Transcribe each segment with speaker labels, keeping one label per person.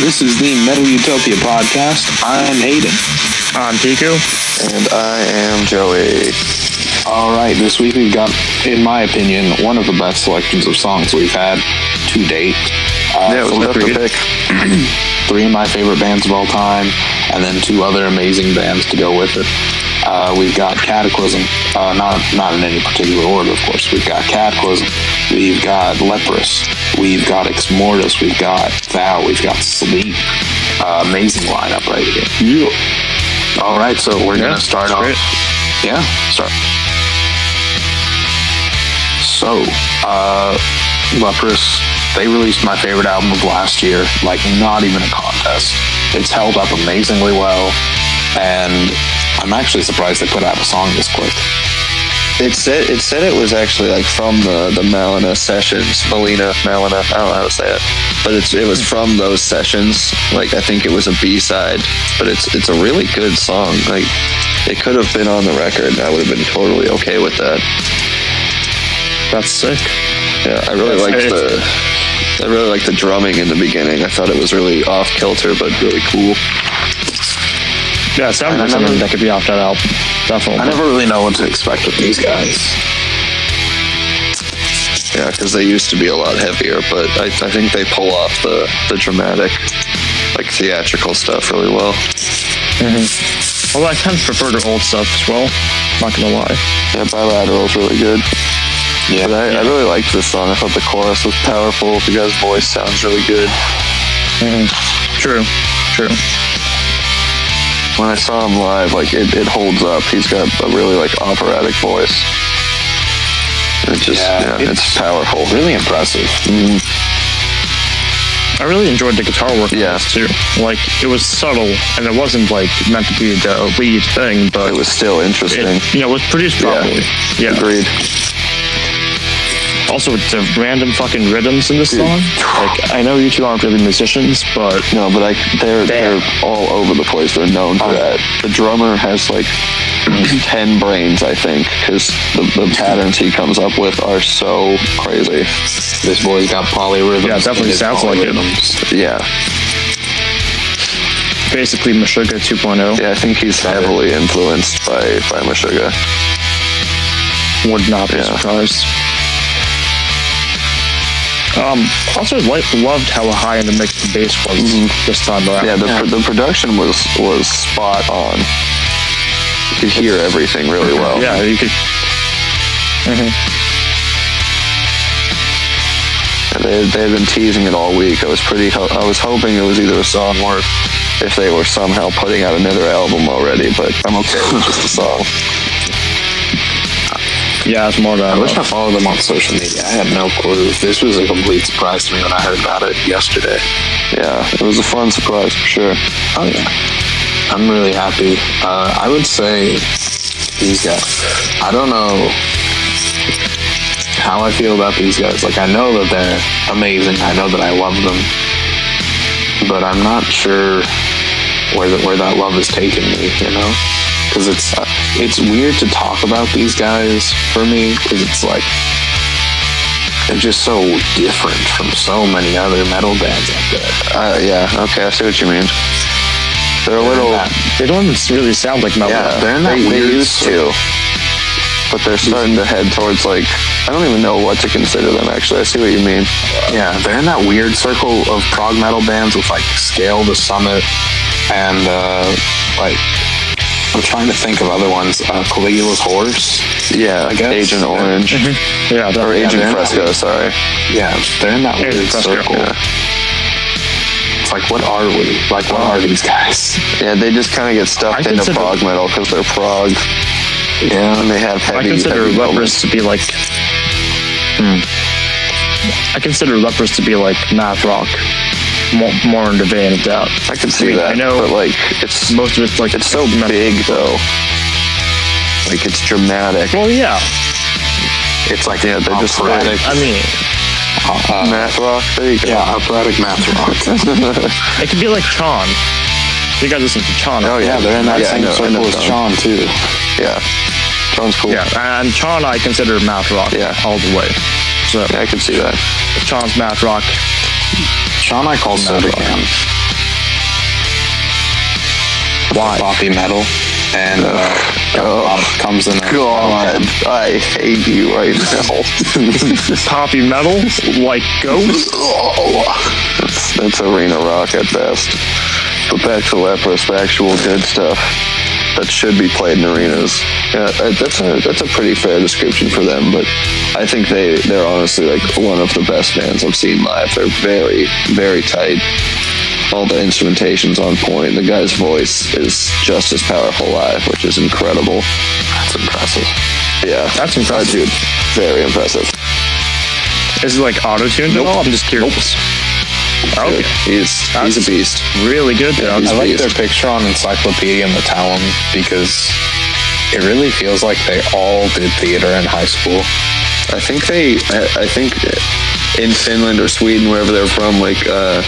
Speaker 1: This is the Metal Utopia podcast. I'm Hayden.
Speaker 2: I'm Piku.
Speaker 3: And I am Joey.
Speaker 1: All right, this week we've got, in my opinion, one of the best selections of songs we've had to date. Uh,
Speaker 3: Yeah, it was
Speaker 1: from
Speaker 3: about
Speaker 1: three,
Speaker 3: to pick.
Speaker 1: three of my favorite bands of all time, and then two other amazing bands to go with it. Uh, we've got Cataclysm, uh, not not in any particular order, of course. We've got Cataclysm, we've got Leprous, we've got Ex Mortis, we've got Vow, we've got Sleep. Uh, amazing lineup right here. All right, so we're
Speaker 2: Yeah,
Speaker 1: gonna start
Speaker 2: that's
Speaker 1: off.
Speaker 2: great.
Speaker 1: Yeah, start. So, uh, Leprous, they released my favorite album of last year. Like, not even a contest. It's held up amazingly well, and I'm actually surprised they put out a song this quick.
Speaker 3: It said it said it was actually like from the the Malina sessions, Malina, Malina. I don't know how to say it, but it's it was from those sessions. Like I think it was a B side, but it's it's a really good song. Like it could have been on the record, and I would have been totally okay with that.
Speaker 2: That's sick.
Speaker 3: Yeah, I really
Speaker 2: That's
Speaker 3: liked
Speaker 2: nice.
Speaker 3: the. I really liked the drumming in the beginning. I thought it was really off kilter, but really cool.
Speaker 2: Yeah, it sounds
Speaker 1: I
Speaker 2: like something
Speaker 1: never-
Speaker 2: that could be off that album.
Speaker 1: I
Speaker 2: Definitely.
Speaker 1: never really know what to expect with these guys.
Speaker 3: Yeah, because they used to be a lot heavier, but I, I think they pull off the, the dramatic, like theatrical stuff really well.
Speaker 2: Although I kind of prefer their old stuff as well. Not gonna lie.
Speaker 3: Yeah, bilateral's really good. Yeah, but I, I really liked this song. I thought the chorus was powerful. The guy's voice sounds really good.
Speaker 2: True. True.
Speaker 3: When I saw him live, like it, it holds up. He's got a really like operatic voice. It just
Speaker 1: Yeah,
Speaker 3: yeah, it's,
Speaker 1: it's-
Speaker 3: powerful.
Speaker 1: Really impressive.
Speaker 2: I really enjoyed the guitar work on
Speaker 3: Yeah.
Speaker 2: this too. Like it was subtle and it wasn't like meant to be the lead thing, but
Speaker 3: It was still interesting.
Speaker 2: it, you know, it was produced properly. Yeah.
Speaker 3: Agreed.
Speaker 2: Also with the random fucking rhythms in this song. Like I know you two aren't really musicians, but
Speaker 3: No, but I they're
Speaker 2: Damn.
Speaker 3: they're all over the place. They're known for that. The drummer has like ten brains, I think, because the, the patterns he comes up with are so crazy.
Speaker 1: This boy's got polyrhythms.
Speaker 2: Yeah, it definitely
Speaker 1: in his
Speaker 2: sounds like it.
Speaker 1: polyrhythms.
Speaker 3: Yeah,
Speaker 2: basically Meshuggah 2.0
Speaker 3: yeah. I think he's heavily influenced by by Meshuggah.
Speaker 2: would not be
Speaker 3: Yeah.
Speaker 2: surprised. Um, also, like, loved how high in the mix the bass was this time around.
Speaker 3: Mm-hmm. Yeah, the pr the production was was spot on. You could hear everything really well.
Speaker 2: Yeah, you could. Mm-hmm.
Speaker 3: They they had been teasing it all week. I was pretty. ho- I was hoping it was either a song or if they were somehow putting out another album already. But I'm okay with just a song.
Speaker 2: Yeah, it's more uh, than.
Speaker 1: I wish I followed them on social media. I had no clue. This was a complete surprise to me when I heard about it yesterday.
Speaker 3: Yeah, it was a fun surprise for sure.
Speaker 1: Oh yeah, I'm really happy. Uh, I would say these guys. I don't know how I feel about these guys. Like I know that they're amazing. I know that I love them, but I'm not sure where that where that love is taking me. You know, because it's uh, it's weird to talk about these guys for me because it's like they're just so different from so many other metal bands out there.
Speaker 3: Uh, yeah, okay, I see what you mean. They're a little.
Speaker 1: that-
Speaker 2: They don't even really sound like metal.
Speaker 3: Yeah,
Speaker 1: they're in that
Speaker 3: they, they
Speaker 1: weird
Speaker 3: used to, but they're starting to head towards like I don't even know what to consider them. Actually, I see what you mean.
Speaker 1: Yeah, they're in that weird circle of prog metal bands with like Scale to Summit and uh, like I'm trying to think of other ones. Uh, Caligula's Horse.
Speaker 3: Yeah,
Speaker 1: I guess.
Speaker 3: Agent Orange
Speaker 2: Mm-hmm. yeah, that,
Speaker 3: or Agent
Speaker 1: they're not-
Speaker 3: Fresco. Sorry.
Speaker 1: Yeah, they're in that
Speaker 2: Yeah,
Speaker 1: weird
Speaker 2: that's
Speaker 1: circle.
Speaker 2: true.
Speaker 1: It's like, what are we? Like, what are these guys?
Speaker 3: Yeah, they just kind of get
Speaker 2: I
Speaker 3: stuffed into
Speaker 2: consider-
Speaker 3: prog metal because they're prog
Speaker 1: Yeah,
Speaker 3: and they have
Speaker 2: I
Speaker 3: heavy.
Speaker 2: consider
Speaker 3: heavy
Speaker 2: Leprous to be like.
Speaker 3: Hmm.
Speaker 2: I consider Leprous to be like math rock, more, more in the vein of that.
Speaker 3: I can see
Speaker 2: mean,
Speaker 3: that.
Speaker 2: I know
Speaker 3: but like it's
Speaker 2: most of it's like
Speaker 3: it's so
Speaker 2: metal.
Speaker 3: big though. Like it's dramatic.
Speaker 2: Well, yeah,
Speaker 1: it's like
Speaker 3: Yeah, they're just
Speaker 1: operatic.
Speaker 2: I mean,
Speaker 1: uh,
Speaker 3: Math rock. There you go.
Speaker 1: yeah, operatic math rock.
Speaker 2: it could be like Chon. You guys listen to Chon.
Speaker 3: Oh,
Speaker 1: yeah, they're in that
Speaker 3: Yeah, I
Speaker 1: same
Speaker 3: know,
Speaker 1: circle
Speaker 3: I know
Speaker 1: as Sean
Speaker 3: Sean.
Speaker 1: too.
Speaker 3: Yeah. Sounds cool.
Speaker 2: Yeah, and Chon I consider math rock
Speaker 3: Yeah.
Speaker 2: all the way. So
Speaker 3: Yeah, I can see that.
Speaker 2: Chon's math rock.
Speaker 1: Sean I call Soda
Speaker 2: rock.
Speaker 1: Cam.
Speaker 2: Why?
Speaker 1: poppy metal, and uh,
Speaker 3: Oh
Speaker 1: um, comes in. a-
Speaker 3: God, I hate you right now.
Speaker 2: Poppy metal, like goats.
Speaker 3: Oh, that's, that's arena rock at best. But back to Leprous, the actual good stuff that should be played in arenas. Yeah, uh, that's a that's a pretty fair description for them. But I think they they're honestly like one of the best bands I've seen live. They're very very tight. All the instrumentation's on point. The guy's voice is just as powerful live, which is incredible.
Speaker 1: That's impressive.
Speaker 3: Yeah,
Speaker 2: That's
Speaker 3: that
Speaker 2: impressive.
Speaker 3: dude, very impressive.
Speaker 2: Is it like auto tuned at all? I'm just curious.
Speaker 3: Dude,
Speaker 2: Okay,
Speaker 3: he's he's
Speaker 2: That's-
Speaker 3: a beast.
Speaker 2: really good though.
Speaker 1: I
Speaker 3: He's
Speaker 1: like
Speaker 3: beast.
Speaker 1: their picture on Encyclopedia and the Talon because it really feels like they all did theater in high school.
Speaker 3: I think they. I, I think in Finland or Sweden, wherever they're from, like uh,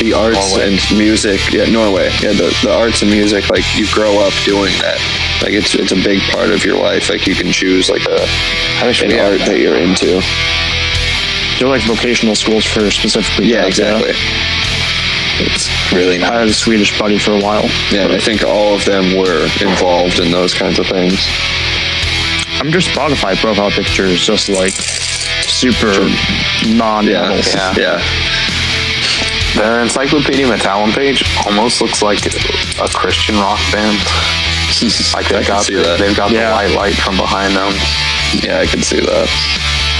Speaker 3: the arts
Speaker 1: Norway.
Speaker 3: and music. Yeah, Norway. Yeah, the, the arts and music. Like you grow up doing that. Like it's it's a big part of your life. Like you can choose like a
Speaker 1: I wish
Speaker 3: an
Speaker 1: we
Speaker 3: art that you're into.
Speaker 2: They're like vocational schools for specifically.
Speaker 3: Yeah,
Speaker 2: that,
Speaker 3: exactly.
Speaker 1: It's really
Speaker 2: I
Speaker 1: nice.
Speaker 2: had a Swedish buddy for a while.
Speaker 3: Yeah, and I think all of them were involved in those kinds of things.
Speaker 2: I'm just Spotify profile picture is just like super non
Speaker 3: Yeah,
Speaker 2: metal.
Speaker 1: Yeah.
Speaker 3: yeah.
Speaker 1: Their Encyclopedia Metallum page almost looks like a Christian rock band. Like
Speaker 3: I
Speaker 1: they've
Speaker 3: can
Speaker 1: got,
Speaker 3: see that.
Speaker 1: they've got
Speaker 2: Yeah.
Speaker 1: the white light from behind them.
Speaker 3: Yeah, I can see that.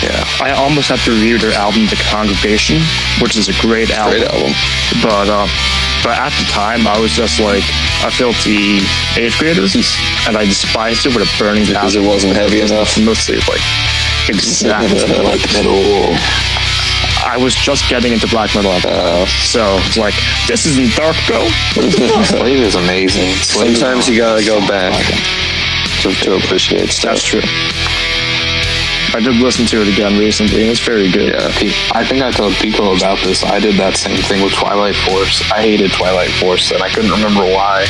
Speaker 1: Yeah.
Speaker 2: I almost have to review their album The Congregation, which is a great album.
Speaker 3: Great album.
Speaker 2: But uh, but at the time I was just like a filthy eighth grader and I despised it with a burning
Speaker 3: Because it
Speaker 2: passion.
Speaker 3: wasn't heavy enough.
Speaker 2: Mostly like exactly.
Speaker 1: like metal.
Speaker 2: I was just getting into black metal at the
Speaker 3: Uh,
Speaker 2: So it's like, this isn't dark go.
Speaker 1: Slade is amazing. Slade is
Speaker 3: Sometimes you gotta go back to, to appreciate
Speaker 2: That's
Speaker 3: stuff.
Speaker 2: true. I did listen to it again recently, and it's very good.
Speaker 3: Yeah.
Speaker 1: Pe- I think I told Pico about this. I did that same thing with Twilight Force. I hated Twilight Force, and I couldn't remember why.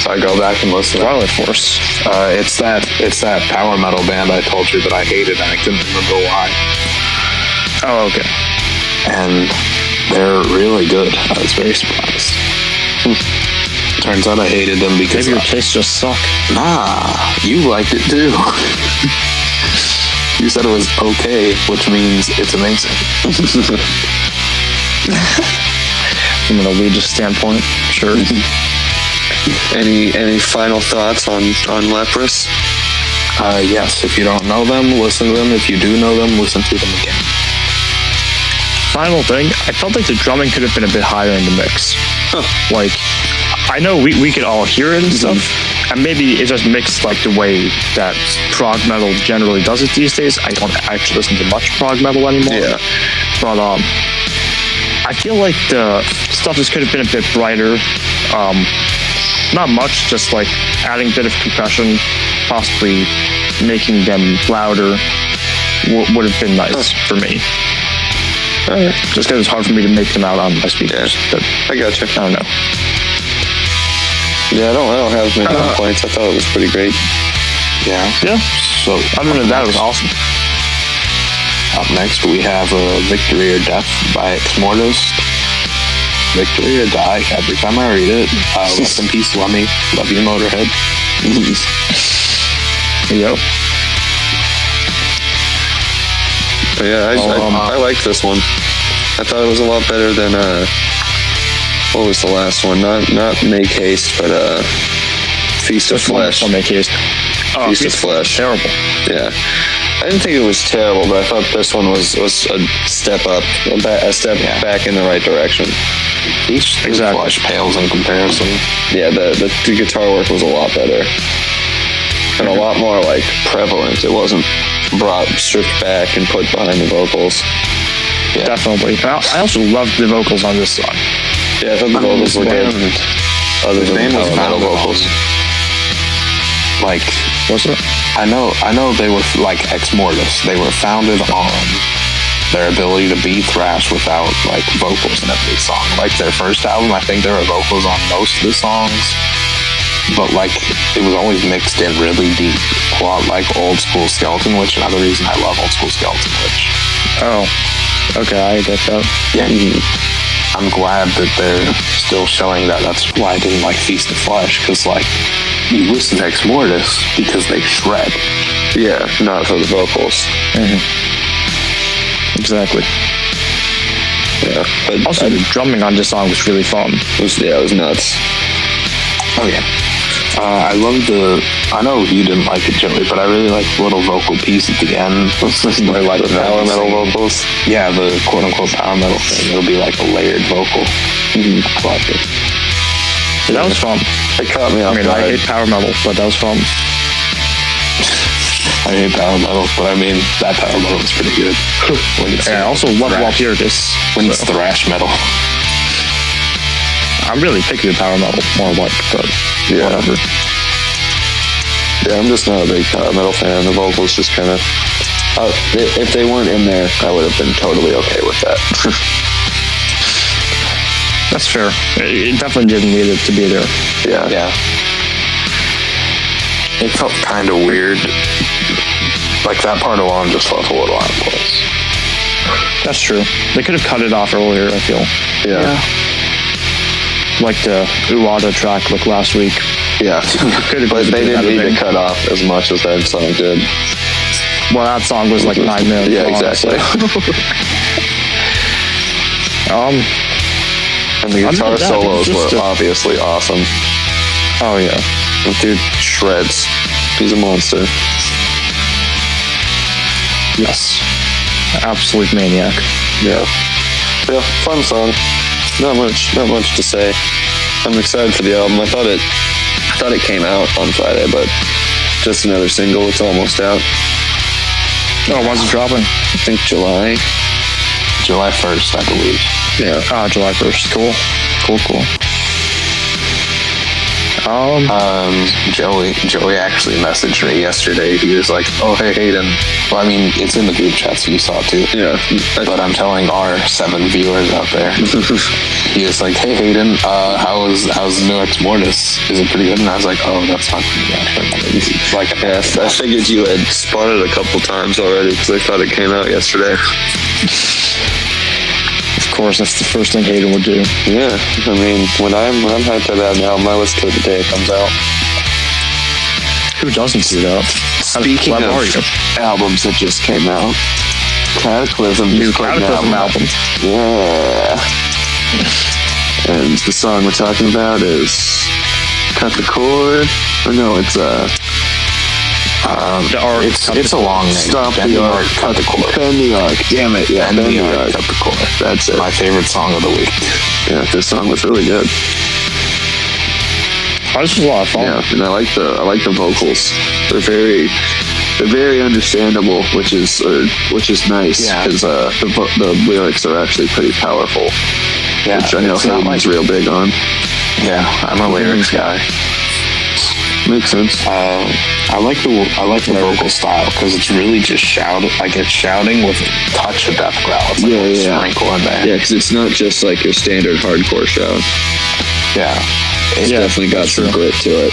Speaker 1: So I go back and listen. to
Speaker 2: Twilight Force.
Speaker 1: Uh, it's that it's that power metal band I told you that I hated, and I couldn't remember why.
Speaker 2: Oh, okay.
Speaker 1: And they're really good. I was very surprised. Turns out I hated them because
Speaker 2: Hmm. Maybe your tastes just suck.
Speaker 1: nah, you liked it too. you said it was okay, which means it's amazing.
Speaker 2: From an elitist standpoint, sure.
Speaker 3: Any any final thoughts on on Leprous?
Speaker 1: Uh, yes, if you don't know them, listen to them. If you do know them, listen to them again.
Speaker 2: Final thing, I felt like the drumming could have been a bit higher in the mix. Like, I know we, we could all hear it and stuff, and maybe it just mixed like the way that prog metal generally does it these days. I don't actually listen to much prog metal anymore.
Speaker 3: Yeah.
Speaker 2: But um, I feel like the stuff just could have been a bit brighter. Um, not much, just like adding a bit of compression, possibly making them louder w- would have been nice for me. Just because it's hard for me to make them out on my speakers. But
Speaker 3: I gotcha.
Speaker 2: I don't know.
Speaker 3: Yeah, I don't I don't have many
Speaker 1: Uh,
Speaker 3: complaints. I thought it was pretty great.
Speaker 1: Yeah.
Speaker 2: Yeah.
Speaker 1: So
Speaker 2: Other than that, it was awesome.
Speaker 1: Up next, we have uh, Victory or Death by Ex Mortis. Victory or Die, every time I read it. Uh, rest in peace, Lemmy. Love you, Motorhead.
Speaker 2: Yep.
Speaker 3: But yeah, I,
Speaker 1: Oh, um,
Speaker 3: I, I liked this one. I thought it was a lot better than uh, what was the last one? Not not Make Haste, but uh, Feast of Flesh.
Speaker 2: I'll make haste. Oh,
Speaker 3: Piece of
Speaker 2: it's
Speaker 3: flesh.
Speaker 2: Terrible.
Speaker 3: Yeah. I didn't think it was terrible, but I thought this one was, was a step up, a, ba- a step
Speaker 1: Yeah.
Speaker 3: back in the right direction.
Speaker 1: Each thing
Speaker 2: Exactly.
Speaker 1: flush pales in comparison.
Speaker 3: Yeah, the, the, the guitar work was a lot better and a lot more like prevalent. It wasn't brought stripped back and put behind the vocals.
Speaker 1: Yeah.
Speaker 2: Definitely. And I I also loved the vocals on this song.
Speaker 3: Yeah, I thought the vocals were good. Other
Speaker 1: His
Speaker 3: than
Speaker 1: name
Speaker 3: the
Speaker 1: was
Speaker 3: metal
Speaker 1: founded
Speaker 3: vocals.
Speaker 1: on- Like,
Speaker 2: Wasn't it?
Speaker 1: I know, I know they were like ex mortis. They were founded on their ability to be thrash without like vocals in every song. Like their first album, I think there were vocals on most of the songs, but like it was always mixed in really deep. A lot like old school Skeleton Witch. Another reason I love old school Skeleton Witch.
Speaker 2: Oh. Okay, I get that.
Speaker 1: Yeah, I'm glad that they're still showing that. That's why I didn't like Feast of Flesh because like you listen to Ex Mortis because they shred.
Speaker 3: Yeah, not for the vocals.
Speaker 2: Mm-hmm. Exactly.
Speaker 3: Yeah, but
Speaker 2: Also, the drumming on this song was really fun.
Speaker 3: it was, yeah, it was nuts.
Speaker 1: Oh yeah. Uh, I love the. I know you didn't like it, Joey, but I really like the little vocal piece at the end. Let's listen to
Speaker 3: I like
Speaker 1: the
Speaker 3: the power metal
Speaker 1: singing.
Speaker 3: vocals.
Speaker 1: Yeah, the quote unquote power metal thing. It'll be like a layered vocal. I like it.
Speaker 2: Yeah, that was fun.
Speaker 3: It caught me
Speaker 2: I
Speaker 3: off
Speaker 2: mean, I
Speaker 3: guard.
Speaker 2: hate power metal, but that was fun.
Speaker 1: I hate power metal, but I mean that power metal is pretty good. when it's
Speaker 2: And I also love
Speaker 1: thrash,
Speaker 2: Walpurgis.
Speaker 1: when it's thrash metal.
Speaker 2: I'm really picky with power metal, more like, but
Speaker 3: Yeah.
Speaker 2: whatever.
Speaker 3: Yeah, I'm just not a big power metal fan. The vocals just kind of. Uh, i- if they weren't in there, I would have been totally okay with that.
Speaker 2: That's fair. It, it definitely didn't need it to be there.
Speaker 3: yeah.
Speaker 1: Yeah. It felt kind of weird. Like that part alone just felt a little out of place.
Speaker 2: That's true. They could have cut it off earlier, I feel.
Speaker 3: Yeah.
Speaker 2: Like the Uwada track, like last week.
Speaker 3: Yeah.
Speaker 2: Could've
Speaker 3: but
Speaker 2: just
Speaker 3: they
Speaker 2: been
Speaker 3: didn't
Speaker 2: another
Speaker 3: need
Speaker 2: thing.
Speaker 3: to cut off as much as that song did.
Speaker 2: Well, that song was like nine minutes
Speaker 3: Yeah,
Speaker 2: long,
Speaker 3: exactly.
Speaker 2: so- um,
Speaker 3: And the
Speaker 2: Other than
Speaker 3: guitar
Speaker 2: that,
Speaker 3: solos
Speaker 2: it's
Speaker 3: were
Speaker 2: just a-
Speaker 3: obviously awesome.
Speaker 2: oh yeah.
Speaker 3: The dude shreds. He's a monster.
Speaker 2: Yes. Absolute maniac.
Speaker 3: Yeah. Yeah, fun song. Not much, not much to say. I'm excited for the album. I thought it, I thought it came out on Friday, but just another single. It's almost out.
Speaker 2: Oh, when's it dropping?
Speaker 3: I think July.
Speaker 1: July 1st, I believe.
Speaker 3: Yeah.
Speaker 2: Ah, July 1st. Cool. Cool, cool. Um,
Speaker 1: Um, Joey, Joey actually messaged me yesterday. He was like, "Oh, hey Hayden." Well, I mean, it's in the group chat, so you saw it too.
Speaker 3: Yeah.
Speaker 1: But I'm telling our seven viewers out there, he was like, "Hey Hayden, uh, how is how's the new Ex Mortis? Is it pretty good?" And I was like, "Oh, that's not pretty good." It's like,
Speaker 3: yeah, I figured you had spun it a couple times already because I thought it came out yesterday.
Speaker 2: of course, that's the first thing Hayden would do.
Speaker 3: Yeah, I mean, when I'm when I'm hyped for that album, I listen to it the day it comes out.
Speaker 2: Who doesn't do that? How
Speaker 3: Speaking
Speaker 2: clever
Speaker 3: of
Speaker 2: are you?
Speaker 3: albums that just came out, Cataclysm
Speaker 2: New
Speaker 3: just put an
Speaker 2: Cataclysm album.
Speaker 3: Yeah. And the song we're talking about is Cut the Cord. Or no, it's uh,
Speaker 1: um,
Speaker 2: The art
Speaker 1: it's
Speaker 2: cut
Speaker 1: it's a
Speaker 2: the-
Speaker 1: long name.
Speaker 3: Stop
Speaker 1: Bend
Speaker 3: the Arc.
Speaker 1: cut the cord.
Speaker 3: Bend the Arc. Damn it, yeah,
Speaker 1: Bend the Arc,
Speaker 3: Cut the Cord. That's it.
Speaker 1: My favorite song of the week.
Speaker 3: Yeah, this song was really good.
Speaker 2: Oh, this was a lot of fun.
Speaker 3: Yeah, and I like the I like the vocals. They're very they're very understandable, which is uh, which is nice
Speaker 1: Yeah.
Speaker 3: because uh, the vo- the lyrics are actually pretty powerful,
Speaker 1: Yeah,
Speaker 3: which I know
Speaker 1: it's not like-
Speaker 3: Hayden's real big on.
Speaker 1: yeah, I'm a lyrics guy.
Speaker 3: Makes sense.
Speaker 1: Uh, I like the I like the vocal style because it's really just shout like it's shouting with a touch of death growl. It's like
Speaker 3: Yeah,
Speaker 1: a
Speaker 3: yeah, yeah.
Speaker 1: sprinkle in there.
Speaker 3: Yeah, because it's not just like your standard hardcore show.
Speaker 1: Yeah.
Speaker 3: It's
Speaker 2: Yeah,
Speaker 3: definitely
Speaker 2: that's
Speaker 3: got some
Speaker 2: true.
Speaker 3: grit to it.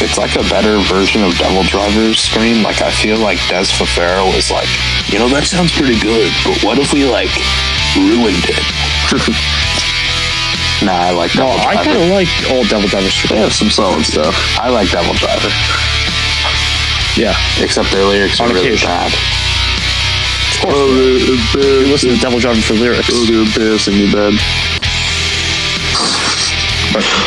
Speaker 1: it's like a better version of Devil Driver's scream. Like I feel like Des Fafaro was like, you know, that sounds pretty good, but what if we like ruined it? nah, I like Devil
Speaker 2: No, Oh, I
Speaker 1: Driver.
Speaker 2: kind of like old Devil Devil's
Speaker 3: They
Speaker 2: Street.
Speaker 3: have some solid stuff.
Speaker 1: I like Devil Driver,
Speaker 2: Yeah.
Speaker 1: except their lyrics are
Speaker 2: On
Speaker 1: really
Speaker 2: occasion.
Speaker 1: bad.
Speaker 2: Of course. You listen to Devil Driver for lyrics.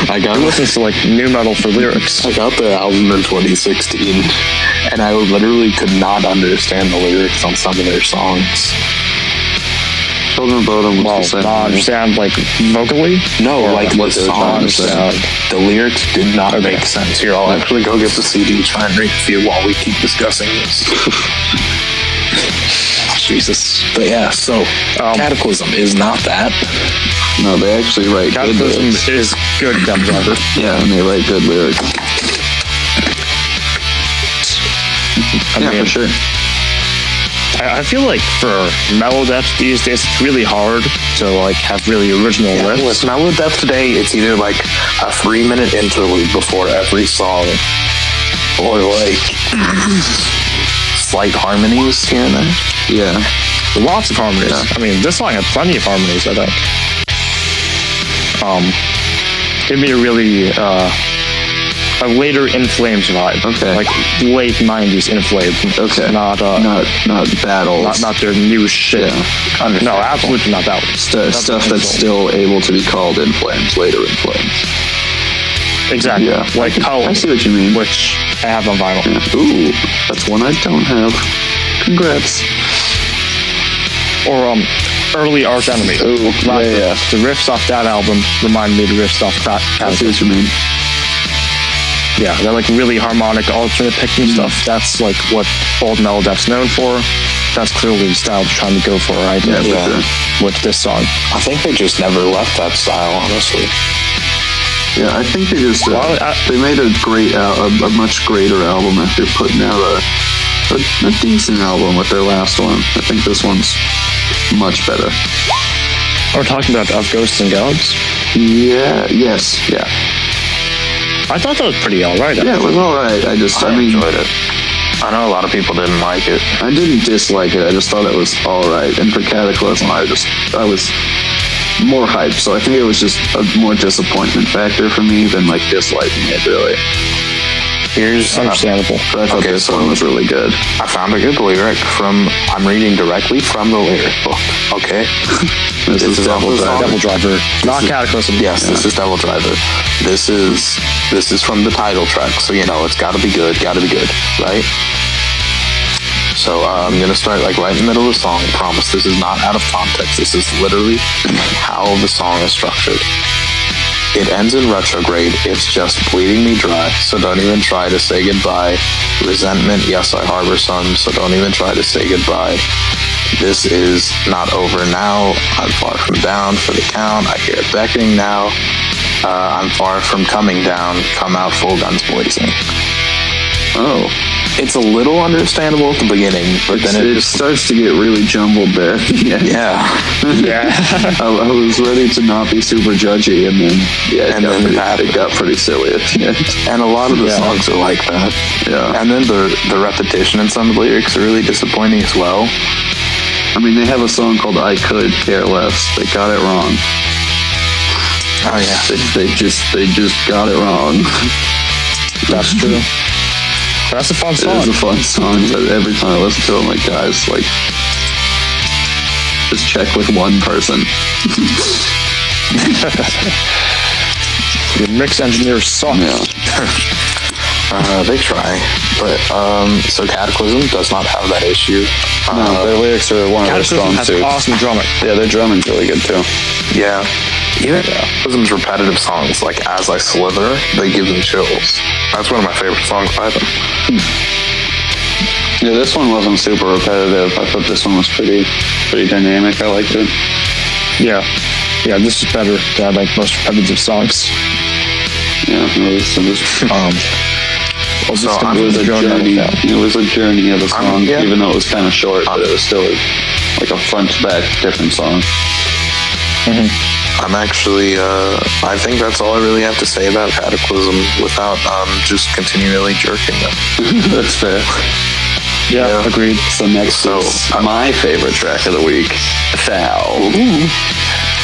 Speaker 1: I got
Speaker 2: Who listens to like new metal for lyrics?
Speaker 1: I got the album in 2016, and I literally could not understand the lyrics on some of their songs.
Speaker 3: Children of Bodom was
Speaker 2: Well,
Speaker 3: the same.
Speaker 2: not understand like vocally.
Speaker 1: No,
Speaker 2: Or
Speaker 1: like the
Speaker 3: what they were trying to
Speaker 1: songs,
Speaker 2: say.
Speaker 1: the lyrics did not
Speaker 2: Okay.
Speaker 1: make sense. Here, I'll actually go get the CD, try and read for you while we keep discussing this. Jesus, but yeah. So,
Speaker 2: Um,
Speaker 1: Cataclysm is not that.
Speaker 3: no, they actually write good
Speaker 2: Cataclysm
Speaker 3: lyrics.
Speaker 2: is good Devil Driver.
Speaker 3: Yeah, and they write good lyrics.
Speaker 2: I
Speaker 3: yeah,
Speaker 2: mean,
Speaker 3: for sure.
Speaker 2: I, I feel like for metal death these days, it's really hard to like have really original
Speaker 1: Yeah,
Speaker 2: riffs.
Speaker 1: listen, I would that today. It's either like a three-minute interlude before every song, or like slight harmonies here and there.
Speaker 3: Yeah.
Speaker 2: Lots of harmonies.
Speaker 3: Yeah.
Speaker 2: I mean, this song had plenty of harmonies. I think. Um, give me a really uh, a later In Flames vibe.
Speaker 3: Okay.
Speaker 2: Like late '90s In Flames.
Speaker 3: Okay.
Speaker 2: Not uh,
Speaker 3: Not not battles.
Speaker 2: not not their new shit.
Speaker 3: Yeah.
Speaker 2: No,
Speaker 3: Understandable.
Speaker 2: absolutely not that one.
Speaker 3: Stu- stuff
Speaker 2: an
Speaker 3: that's
Speaker 2: insult.
Speaker 3: still able to be called in flames later in flames.
Speaker 2: exactly
Speaker 3: Yeah.
Speaker 2: like Colony,
Speaker 3: I see what you mean.
Speaker 2: which I have on vinyl.
Speaker 3: Ooh, that's one I don't have. Congrats.
Speaker 2: or um, early Arch Enemy.
Speaker 3: Ooh, yeah,
Speaker 2: Like,
Speaker 3: yeah.
Speaker 2: The riffs off that album remind me of the riffs off that.
Speaker 3: I
Speaker 2: album.
Speaker 3: see what you mean.
Speaker 2: Yeah, they're like really harmonic alternate picking
Speaker 3: Hmm.
Speaker 2: stuff. That's like what Old Metal Death's known for. That's clearly the style they're trying to go for, right?
Speaker 3: Yeah, for
Speaker 2: With-
Speaker 3: sure.
Speaker 2: With this song,
Speaker 1: I think they just never left that style, honestly.
Speaker 3: Yeah, I think they just uh,
Speaker 2: Well, I-
Speaker 3: they made a great al- a, a much greater album after putting out a, a a decent album with their last one. I think this one's much better.
Speaker 2: we're talking about of Ghosts and Gods.
Speaker 3: Yeah. Yes. Yeah.
Speaker 2: I thought that was pretty all right.
Speaker 3: Yeah. It was all right. I just. I,
Speaker 1: I
Speaker 3: mean,
Speaker 1: enjoyed it. I know a lot of people didn't like it.
Speaker 3: I didn't dislike it. I just thought it was all right. And for Cataclysm, I just I was more hyped. So I think it was just a more disappointment factor for me than like disliking it really.
Speaker 1: Here's
Speaker 2: Understandable.
Speaker 3: But I thought
Speaker 1: Okay,
Speaker 3: this
Speaker 1: so-
Speaker 3: one was really good.
Speaker 1: I found a good lyric from. I'm reading directly from the lyric book. Okay.
Speaker 3: This
Speaker 1: It's
Speaker 3: is Devil
Speaker 1: Devil's
Speaker 3: Driver.
Speaker 2: Devil Driver, not Cataclysm.
Speaker 1: Yes, this is Devil Driver. This is this is from the title track, so you know it's got to be good. Got to be good, right? So uh, I'm gonna start like right in the middle of the song. Promise, this is not out of context. This is literally how the song is structured. It ends in retrograde. It's just bleeding me dry. So don't even try to say goodbye. Resentment. Yes, I harbor some. So don't even try to say goodbye. This is not over now. I'm far from down for the count. I hear it beckoning now. Uh, I'm far from coming down. Come out full guns blazing.
Speaker 3: Oh.
Speaker 1: It's a little understandable at the beginning, but
Speaker 3: It's-
Speaker 1: then
Speaker 3: it,
Speaker 1: it just
Speaker 3: starts to get really jumbled there. yeah.
Speaker 1: yeah.
Speaker 2: yeah.
Speaker 3: I, I was ready to not be super judgy, and then yeah, it,
Speaker 1: And
Speaker 3: got,
Speaker 1: then
Speaker 3: pretty,
Speaker 1: that-
Speaker 3: it got pretty silly at the end.
Speaker 1: And a lot of the
Speaker 2: Yeah.
Speaker 1: songs are like that.
Speaker 3: Yeah,
Speaker 1: And then the the repetition in some of the lyrics are really disappointing as well.
Speaker 3: I mean they have a song called "I Could Care Less." They got it wrong.
Speaker 1: Oh yeah.
Speaker 3: They, they just they just got it wrong.
Speaker 2: That's true. That's a fun
Speaker 3: It
Speaker 2: song.
Speaker 3: is a fun song, but every time I listen to it, I'm like, guys, like, just check with one person.
Speaker 2: Your mix engineer sucks.
Speaker 3: Yeah.
Speaker 1: Uh, they try, but um, so Cataclysm does not have that issue. Um,
Speaker 4: No, their lyrics are one of their
Speaker 2: Cataclysm
Speaker 4: strong
Speaker 2: has
Speaker 4: suits.
Speaker 2: awesome drumming.
Speaker 4: Uh, Yeah, their drumming's really good too.
Speaker 1: Yeah. Even Prism's repetitive songs, like As I Slither, they give them chills. That's one of my favorite songs by them.
Speaker 4: Yeah, this one wasn't super repetitive. I thought this one was pretty, pretty dynamic. I liked it.
Speaker 2: Yeah. Yeah, this is better than like most repetitive songs.
Speaker 4: Yeah, it was, it was,
Speaker 2: Um, well,
Speaker 1: So
Speaker 2: just
Speaker 1: I'm
Speaker 2: gonna
Speaker 4: it
Speaker 2: go
Speaker 4: was
Speaker 2: to
Speaker 4: a
Speaker 2: Joe now.
Speaker 4: journey. It was a journey of the
Speaker 1: I'm-
Speaker 4: song,
Speaker 1: yeah.
Speaker 4: even though it was kind of short, but it was still like a front to back different song.
Speaker 1: I'm actually, uh, I think that's all I really have to say about Cataclysm without um, just continually jerking them.
Speaker 4: That's fair.
Speaker 2: Yeah,
Speaker 1: Yeah.
Speaker 2: agreed.
Speaker 4: So next
Speaker 1: So,
Speaker 4: is my favorite track of the week, Foul.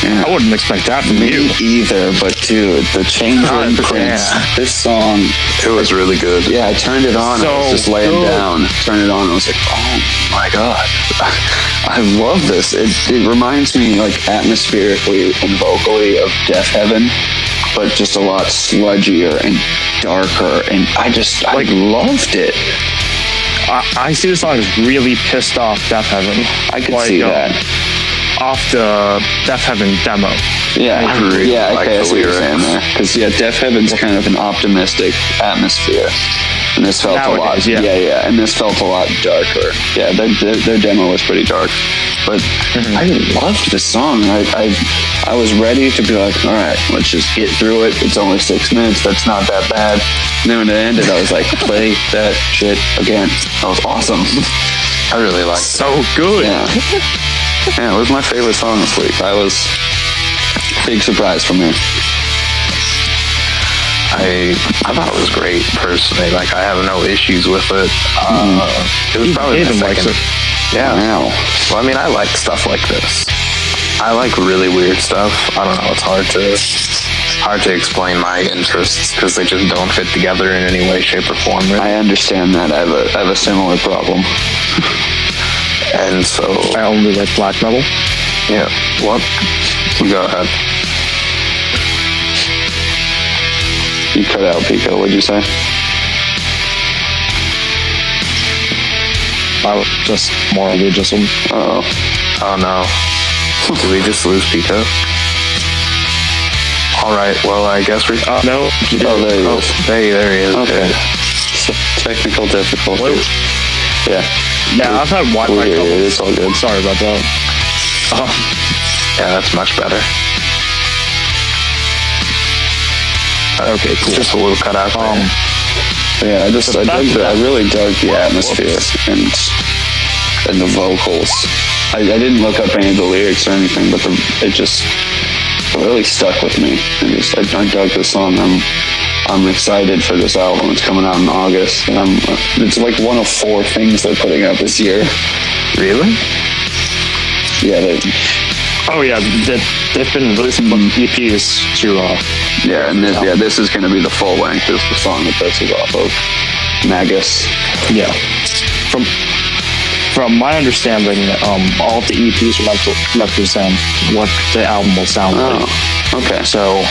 Speaker 2: I wouldn't expect that from
Speaker 4: Me
Speaker 2: you.
Speaker 4: either, but dude, the changeling
Speaker 2: God
Speaker 4: prince.
Speaker 2: damn.
Speaker 4: This song,
Speaker 1: It was really good.
Speaker 4: yeah, I turned it on. I was
Speaker 2: So
Speaker 4: just laying
Speaker 2: good.
Speaker 4: down. Turned it on. I was like, oh my god, I love this. It, it reminds me, like atmospherically and vocally, of Death Heaven, but just a lot sludgier and darker. And I just,
Speaker 2: Like-
Speaker 4: I loved it.
Speaker 2: I, I see the song as really pissed off Death Heaven.
Speaker 4: I could
Speaker 2: Like,
Speaker 4: see
Speaker 2: um,
Speaker 4: that.
Speaker 2: Off the Death Heaven demo.
Speaker 4: Yeah,
Speaker 1: I really
Speaker 4: yeah,
Speaker 1: like
Speaker 4: okay, I
Speaker 1: the
Speaker 4: see what you're
Speaker 1: lyrics.
Speaker 4: saying there. Because yeah, Deaf Heaven's kind of an optimistic atmosphere, and this felt a lot.
Speaker 2: Nowadays, yeah.
Speaker 4: yeah, and this felt a lot darker. Yeah, their, their, their demo was pretty dark, but
Speaker 1: Mm-hmm.
Speaker 4: I loved this song. I, I I was ready to be like, all right, let's just get through it. It's only six minutes. That's not that bad. And then when it ended, I was like, play that shit again. That was awesome.
Speaker 1: I really liked it.
Speaker 2: So good.
Speaker 4: yeah, yeah, it was my favorite song this week. I was big surprise for me.
Speaker 1: I, I thought it was great, personally. Like, I have no issues with it. Uh, it was
Speaker 2: Even
Speaker 1: probably my
Speaker 2: Hayden
Speaker 1: second.
Speaker 2: likes it.
Speaker 1: Yeah.
Speaker 3: Wow.
Speaker 1: Well, I mean, I like stuff like this. I like really weird stuff. I don't know. It's hard to hard to explain my interests because they just don't fit together in any way, shape, or form. Really.
Speaker 3: I understand that. I have a, I have a similar problem.
Speaker 1: And so,
Speaker 2: I only like black metal.
Speaker 1: yeah. What? Go ahead.
Speaker 3: You cut out, Pico. What'd you say?
Speaker 2: I was just more religious.
Speaker 3: Oh,
Speaker 1: Oh no. Did we just lose Pico? All right. Well, I guess we.
Speaker 2: Uh, no.
Speaker 3: oh, there he
Speaker 1: Oh,
Speaker 3: is.
Speaker 1: hey, there he is.
Speaker 3: Okay.
Speaker 1: Yeah.
Speaker 3: So, technical difficulties. Yeah,
Speaker 2: Yeah, I've had Wi-Fi
Speaker 3: we hear you.
Speaker 2: troubles.
Speaker 3: It's all good.
Speaker 2: Sorry about that.
Speaker 1: Yeah, that's much better.
Speaker 2: Okay, cool.
Speaker 1: Just a little cut out. there.
Speaker 2: Um,
Speaker 3: Yeah, I just I
Speaker 2: back
Speaker 3: dug
Speaker 2: to
Speaker 3: the,
Speaker 2: that-
Speaker 3: I really dug the atmosphere and and the vocals. I, I didn't look up any of the lyrics or anything, but the, it just really stuck with me. I just I, I dug the song. I'm I'm excited for this album. It's coming out in August, and I'm it's like one of four things they're putting out this year.
Speaker 1: really?
Speaker 3: Yeah, they,
Speaker 2: oh yeah, they, they've been releasing some EPs to uh,
Speaker 3: yeah, and this, yeah, this is going to be the full length. This is the song that this is off of Magus.
Speaker 2: Yeah. From from my understanding, um, all of the EPs were meant to represent what the album will sound
Speaker 3: Oh,
Speaker 2: like.
Speaker 3: okay.
Speaker 2: So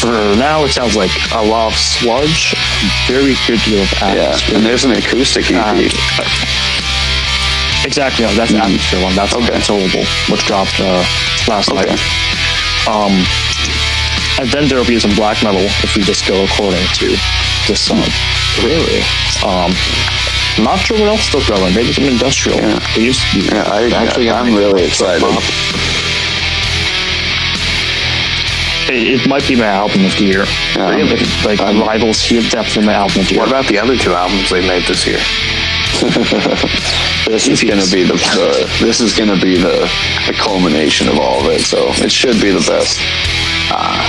Speaker 2: for now, it sounds like a lot of sludge, very good deal of
Speaker 3: Yeah,
Speaker 2: atmosphere.
Speaker 3: and there's an acoustic E EP.
Speaker 2: Uh, exactly. No, that's the atmosphere one. That's
Speaker 3: Mm-hmm. Okay.
Speaker 2: that's horrible. Which dropped uh, last
Speaker 3: Okay.
Speaker 2: night. Um, and then there will be some black metal if we just go according to this song. Really? Um, not sure what else they're going. Maybe some industrial.
Speaker 3: Yeah.
Speaker 2: They used to be.
Speaker 3: Yeah, I,
Speaker 1: Actually,
Speaker 3: I, am really excited.
Speaker 2: It, it might be my album of the year.
Speaker 3: Yeah.
Speaker 2: Really? Like
Speaker 3: I'm-
Speaker 2: rivals here depth in my album of the year.
Speaker 1: What about the other two albums they made this year?
Speaker 3: This is gonna be the, the this is gonna be the, the culmination of all of it. So it should be the best. Ah.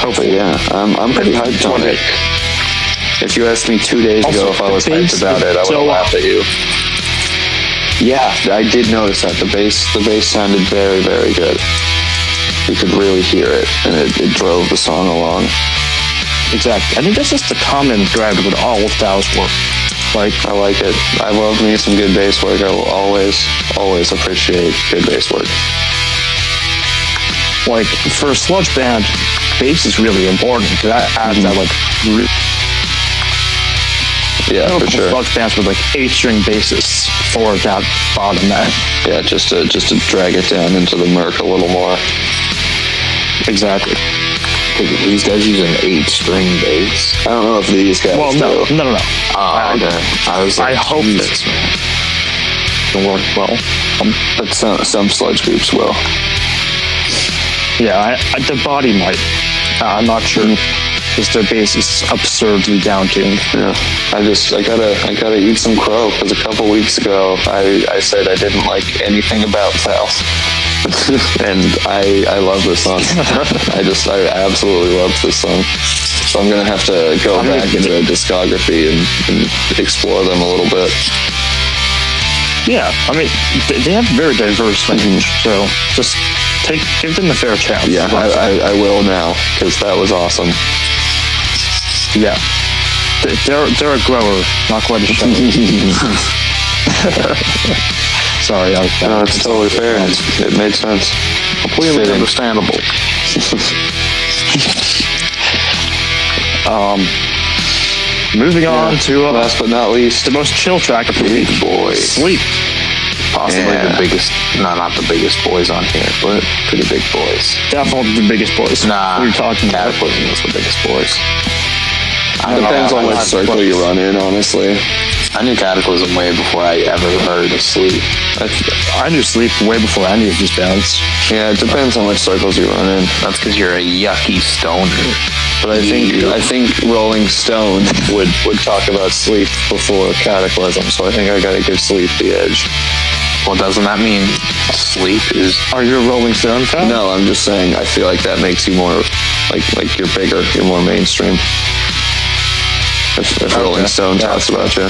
Speaker 3: But
Speaker 1: Hopefully.
Speaker 3: yeah, I'm, I'm pretty hyped on it. If you asked me two days
Speaker 2: Also,
Speaker 3: ago if I was
Speaker 2: the bass
Speaker 3: hyped about
Speaker 2: is
Speaker 3: it, I would
Speaker 2: so-
Speaker 3: have laughed at you. Yeah, I did notice that the bass the bass sounded very very good. You could really hear it, and it, it drove the song along.
Speaker 2: Exactly. I think that's just the common thread with all of Dow's work. Like,
Speaker 3: I like it. I love me some good bass work. I will always always appreciate good bass work.
Speaker 2: like for a sludge band, bass is really important. 'cause That adds that like re-
Speaker 3: Yeah,
Speaker 1: Oh,
Speaker 2: know a couple
Speaker 3: for sure.
Speaker 2: sludge bands with like eight string basses for that bottom end.
Speaker 3: Yeah, just to just to drag it down into the murk a little more.
Speaker 2: Exactly.
Speaker 1: These guys use an eight string bass.
Speaker 3: I don't know if these guys Ah,
Speaker 2: Well, no,
Speaker 3: do.
Speaker 2: no, no, no.
Speaker 1: Oh, okay. I was
Speaker 2: I
Speaker 1: like,
Speaker 2: hope
Speaker 1: Jesus,
Speaker 2: that-
Speaker 1: man.
Speaker 2: It worked well. Um,
Speaker 3: but some some sludge groups will.
Speaker 2: yeah, I, I, the body might. Uh, I'm not sure because their bass is absurdly down tuned.
Speaker 3: Yeah, I just I gotta I gotta eat some crow because a couple weeks ago I I said I didn't like anything about South. and I I love this song. I just I absolutely love this song. So I'm gonna have to go
Speaker 2: I'm gonna
Speaker 3: back
Speaker 2: give
Speaker 3: into their discography and, and explore them a little bit.
Speaker 2: Yeah, I mean they, they have very diverse range, so just take give them a fair chance.
Speaker 3: Yeah,
Speaker 2: But-
Speaker 3: I, I, I will now because that was awesome.
Speaker 2: Yeah. They- They're, they're a grower, not quite a shower. Sorry, I was
Speaker 3: No, it's totally fair. It made sense.
Speaker 1: Completely
Speaker 3: Fitting.
Speaker 1: understandable.
Speaker 2: Moving on to uh,
Speaker 3: Last but not least,
Speaker 2: the most chill track of the
Speaker 1: Big
Speaker 2: week.
Speaker 1: boy.
Speaker 2: Sleep.
Speaker 1: Possibly
Speaker 3: Yeah.
Speaker 1: the biggest. No, not the biggest boys on here, but pretty big boys.
Speaker 2: Definitely the biggest boys.
Speaker 1: Nah.
Speaker 2: We're talking about.
Speaker 1: Cataclysm was the biggest boys. I don't
Speaker 3: depends
Speaker 1: know.
Speaker 3: on
Speaker 1: I
Speaker 3: what
Speaker 1: like
Speaker 3: circle
Speaker 1: boys.
Speaker 3: you run in. Honestly,
Speaker 1: I knew Cataclysm way before I ever heard of Sleep.
Speaker 2: I knew Sleep way before any of these bands.
Speaker 3: yeah, it depends on which circles you run in.
Speaker 1: That's because you're a yucky stoner.
Speaker 3: But I think I think Rolling Stone would would talk about sleep before Cataclysm, so I think I gotta give sleep the edge.
Speaker 1: Well, doesn't that mean Sleep is
Speaker 2: Are you a Rolling Stone fan?
Speaker 3: No, I'm just saying I feel like that makes you more like like you're bigger, you're more mainstream. If, if Rolling Stone talks about you,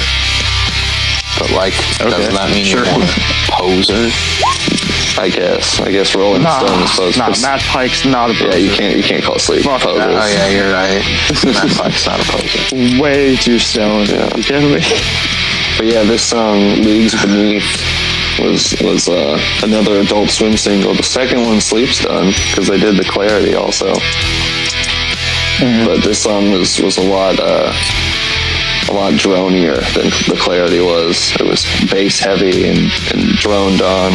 Speaker 1: But like, doesn't that mean
Speaker 3: sure.
Speaker 1: you're one poser?
Speaker 3: I guess. I guess Rolling
Speaker 2: Nah,
Speaker 3: Stones. was-
Speaker 2: nah,
Speaker 3: was-
Speaker 2: Matt Pike's not a
Speaker 3: yeah,
Speaker 2: poser.
Speaker 3: you can't. You can't call sleep
Speaker 2: Fuck
Speaker 3: posers.
Speaker 1: Oh yeah, you're right. Matt Pike's not a poser.
Speaker 2: Way too stoned.
Speaker 3: Yeah.
Speaker 2: You kidding me?
Speaker 3: But yeah, this song "Leagues Beneath" was was uh, another Adult Swim single. The second one, "Sleep's Done," because they did the Clarity also. But this song was was a lot uh, a lot dronier than the Clarity was. It was bass heavy and, and droned on.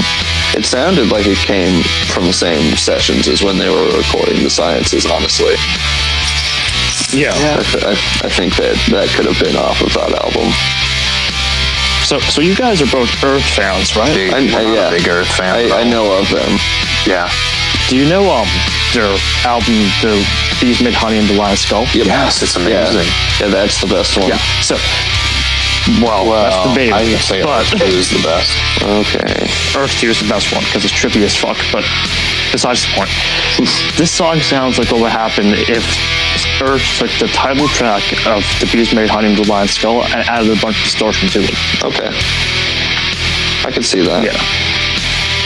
Speaker 3: It sounded like it came from the same sessions as when they were recording the Sciences. Honestly,
Speaker 2: Yeah.
Speaker 3: I, I, I think that that could have been off of that album.
Speaker 2: So, so you guys are both Earth fans, right?
Speaker 1: Dude,
Speaker 3: I-
Speaker 1: we're
Speaker 3: I-
Speaker 1: not
Speaker 3: yeah.
Speaker 1: a big Earth fan.
Speaker 3: I,
Speaker 1: at
Speaker 3: I
Speaker 1: all.
Speaker 3: know of them.
Speaker 1: Yeah.
Speaker 2: Do you know um their album, the Bees Made Honey and the Lion Skull?
Speaker 3: Yep.
Speaker 1: Yes, it's
Speaker 3: Yeah.
Speaker 1: amazing.
Speaker 3: Yeah, that's the best one.
Speaker 2: Yeah. So, well,
Speaker 1: Well,
Speaker 2: that's debatable.
Speaker 1: I can say
Speaker 2: but
Speaker 1: Earth Two is the best.
Speaker 3: Okay.
Speaker 2: Earth 2 is the best one because it's trippy as fuck, but besides the point. this song sounds like what would happen if Earth took the title track of The Bees Made Honey and the Lion Skull and added a bunch of distortion to it.
Speaker 3: Okay. I can see that.
Speaker 2: Yeah.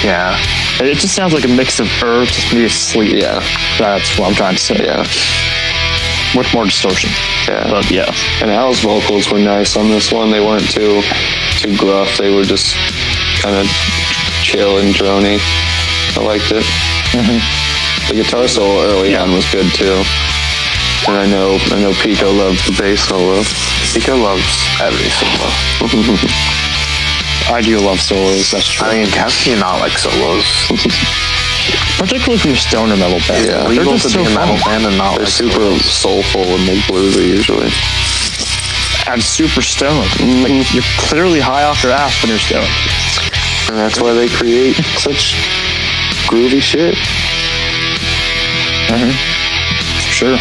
Speaker 1: Yeah.
Speaker 2: It it just sounds like a mix of Earth meets sleep.
Speaker 3: Yeah.
Speaker 2: That's what I'm trying to say.
Speaker 3: Yeah.
Speaker 2: With more distortion.
Speaker 3: Yeah.
Speaker 2: But yeah.
Speaker 3: And Al's vocals were nice on this one. They weren't too too gruff. They were just kind of chill and drony. I liked it.
Speaker 2: Mm-hmm.
Speaker 3: The guitar solo early
Speaker 2: Yeah.
Speaker 3: on was good too. And I know I know Pico loved the bass solo.
Speaker 1: Pico loves everything. though.
Speaker 2: I do love solos, that's true.
Speaker 1: I mean, how can you not like solos?
Speaker 2: Particularly from stoner metal bands.
Speaker 3: Yeah.
Speaker 2: They're
Speaker 1: Legal
Speaker 2: just
Speaker 1: to
Speaker 2: so
Speaker 1: be a metal
Speaker 2: fun.
Speaker 1: band and not
Speaker 3: They're
Speaker 1: like
Speaker 3: super soulful and like bluesy usually.
Speaker 2: And super stoned. Like, you're clearly high off your ass when you're stoned.
Speaker 3: And that's why they create such groovy shit.
Speaker 2: Sure.